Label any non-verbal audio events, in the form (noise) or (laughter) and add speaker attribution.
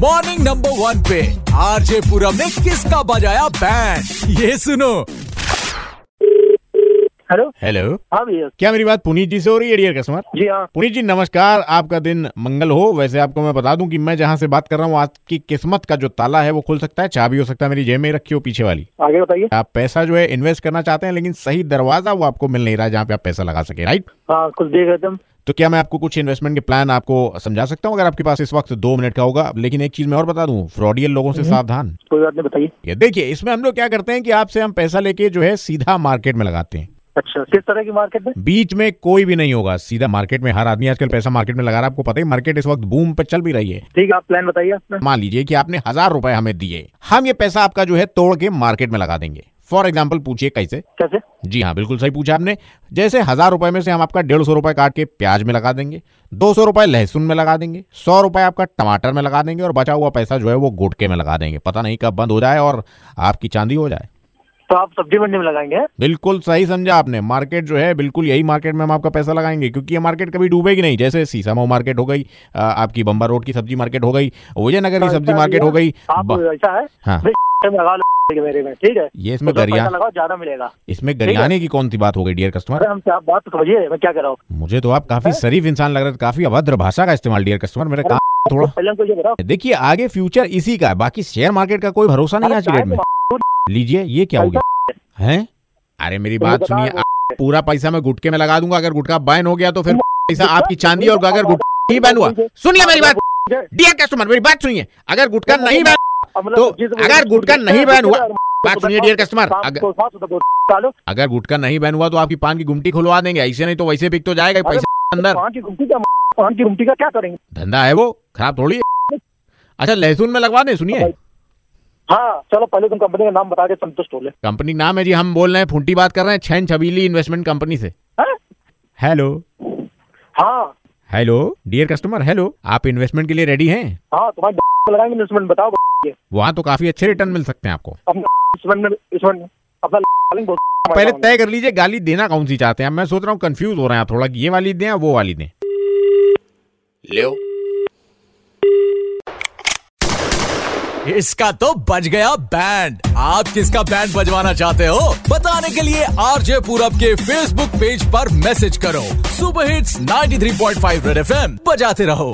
Speaker 1: Morning number one पे RJ Puram ने किसका बजाया बैंड ये सुनो
Speaker 2: हेलो
Speaker 3: हेलो
Speaker 2: हाँ भैया
Speaker 3: क्या मेरी बात पुनीत जी से हो रही है डियर कस्टमर
Speaker 2: जी हाँ
Speaker 3: पुनीत जी नमस्कार आपका दिन मंगल हो वैसे आपको मैं बता दूं कि मैं जहां से बात कर रहा हूं आपकी किस्मत का जो ताला है वो खुल सकता है चाबी हो सकता है मेरी जेब में ही रखी हो पीछे वाली
Speaker 2: आगे बताइए
Speaker 3: आप पैसा जो है इन्वेस्ट करना चाहते हैं लेकिन सही दरवाजा वो आपको मिल नहीं रहा है जहाँ पे आप पैसा लगा सके राइट
Speaker 2: हाँ कुछ देख रहे थे हम
Speaker 3: तो क्या मैं आपको कुछ इन्वेस्टमेंट के प्लान आपको समझा सकता हूँ अगर आपके पास इस वक्त दो मिनट का होगा लेकिन एक चीज मैं और बता दूं फ्रॉडियल लोगों से सावधान
Speaker 2: कोई बात नहीं बताइए
Speaker 3: ये देखिए इसमें हम लोग क्या करते हैं कि आपसे हम पैसा लेके जो है सीधा मार्केट में लगाते हैं
Speaker 2: अच्छा किस तरह की मार्केट में
Speaker 3: बीच में कोई भी नहीं होगा सीधा मार्केट में हर आदमी आजकल पैसा मार्केट में लगा रहा है आपको पता ही मार्केट इस वक्त बूम पे चल भी रही है
Speaker 2: ठीक है आप प्लान बताइए अपना
Speaker 3: मान लीजिए कि आपने हजार रुपए हमें दिए हम ये पैसा आपका जो है तोड़ के मार्केट में लगा देंगे फॉर एग्जाम्पल पूछिए कैसे
Speaker 2: कैसे
Speaker 3: जी हाँ बिल्कुल सही पूछा आपने जैसे हजार रुपए में से हम आपका डेढ़ सौ रुपए काट के प्याज में लगा देंगे दो सौ रुपए लहसुन में लगा देंगे सौ रुपए आपका टमाटर में लगा देंगे और बचा हुआ पैसा जो है वो गुटके में लगा देंगे पता नहीं कब बंद हो जाए और आपकी चांदी हो जाए
Speaker 2: तो आप सब्जी मंडी में लगाएंगे हैं?
Speaker 3: बिल्कुल सही समझा आपने मार्केट जो है बिल्कुल यही मार्केट में हम आपका पैसा लगाएंगे क्योंकि ये मार्केट कभी डूबेगी नहीं जैसे सीसा मऊ मार्केट हो गई अ, आपकी बम्बा रोड की सब्जी मार्केट हो गई विजयनगर की
Speaker 2: ऐसा
Speaker 3: सब्जी मार्केट हो गई
Speaker 2: भैया, आप
Speaker 3: ब-
Speaker 2: ऐसा है
Speaker 3: हाँ।
Speaker 2: भाई (laughs) में लगा लो के मेरे में ठीक है
Speaker 3: ये इसमें
Speaker 2: उसमें
Speaker 3: गरिया-
Speaker 2: मतलब पैसा लगाओ ज्यादा मिलेगा
Speaker 3: इसमें गरियाने की कौन सी बात हो गई डियर कस्टमर
Speaker 2: अरे हमसे आप बात तो समझिए मैं क्या कर रहा हूँ
Speaker 3: मुझे तो आप काफी शरीफ इंसान लग रहे थे काफी अभद्र भाषा का इस्तेमाल डियर कस्टमर मेरे काम थोड़ा
Speaker 2: पहले हमको ये बताओ
Speaker 3: देखिए आगे फ्यूचर इसी का है बाकी शेयर मार्केट का कोई भरोसा नहीं
Speaker 2: अरे
Speaker 3: आज की डेट
Speaker 2: चाहे
Speaker 3: में लीजिए ये क्या हो गया हैं अरे मेरी
Speaker 2: तुमने
Speaker 3: बात
Speaker 2: बताया
Speaker 3: सुनिए आप- पूरा पैसा मैं गुटके में लगा दूंगा अगर गुटका बैन हो गया तो फिर पैसा आपकी चांदी और अगर गुटका नहीं बैन हुआ सुनिए मेरी बात डियर कस्टमर मेरी बात सुनिए अगर गुटका नहीं बैन
Speaker 2: मतलब
Speaker 3: तो
Speaker 2: सब्जी से
Speaker 3: अगर गुटका नहीं बैन हुआ बात सुनिए डियर कस्टमर
Speaker 2: शाम
Speaker 3: अगर
Speaker 2: को सात सौ तक डालो
Speaker 3: अगर गुटका नहीं बैन हुआ तो आपकी पान की गुमटी खुलवा देंगे ऐसे नहीं तो वैसे बिक तो जाएगा ही
Speaker 2: अरे
Speaker 3: पैसा अंदर
Speaker 2: पान की गुमटी का पान की गुमटी का क्या करेंगे
Speaker 3: धंधा है वो खराब थोड़ी है। अच्छा लहसुन में लगवा दें सुनिए
Speaker 2: हाँ चलो पहले तुम कंपनी का नाम बता के संतुष्ट हो ले
Speaker 3: कंपनी का नाम है जी हम बोल रहे हैं फुंटी बात कर रहे हैं छैन छबीली इन्वेस्टमेंट कंपनी से
Speaker 2: हैं?
Speaker 3: हेलो
Speaker 2: हाँ
Speaker 3: हेलो डियर कस्टमर हेलो आप इन्वेस्टमेंट के लिए रेडी हैं
Speaker 2: हाँ तुम्हारे में लगाएंगे इन्वेस्टमेंट बताओ के।
Speaker 3: वहां तो काफी अच्छे रिटर्न मिल सकते हैं आपको
Speaker 2: अपने इन्वेस्टमेंट में इन्वेस्टमेंट अपना डालेंगे बहुत
Speaker 3: पहले
Speaker 2: कमाएगा
Speaker 3: तय कर लीजिए गाली देना कौन सी चाहते हैं मैं सोच रहा हूँ कंफ्यूज हो रहे हैं आप थोड़ा कि ये वाली दें या वो वाली दें
Speaker 1: इसका तो बज गया बैंड आप किसका बैंड बजवाना चाहते हो बताने के लिए आरजे पूरब के फेसबुक पेज पर मैसेज करो सुपर हिट्स 93.5 रेड एफएम बजाते रहो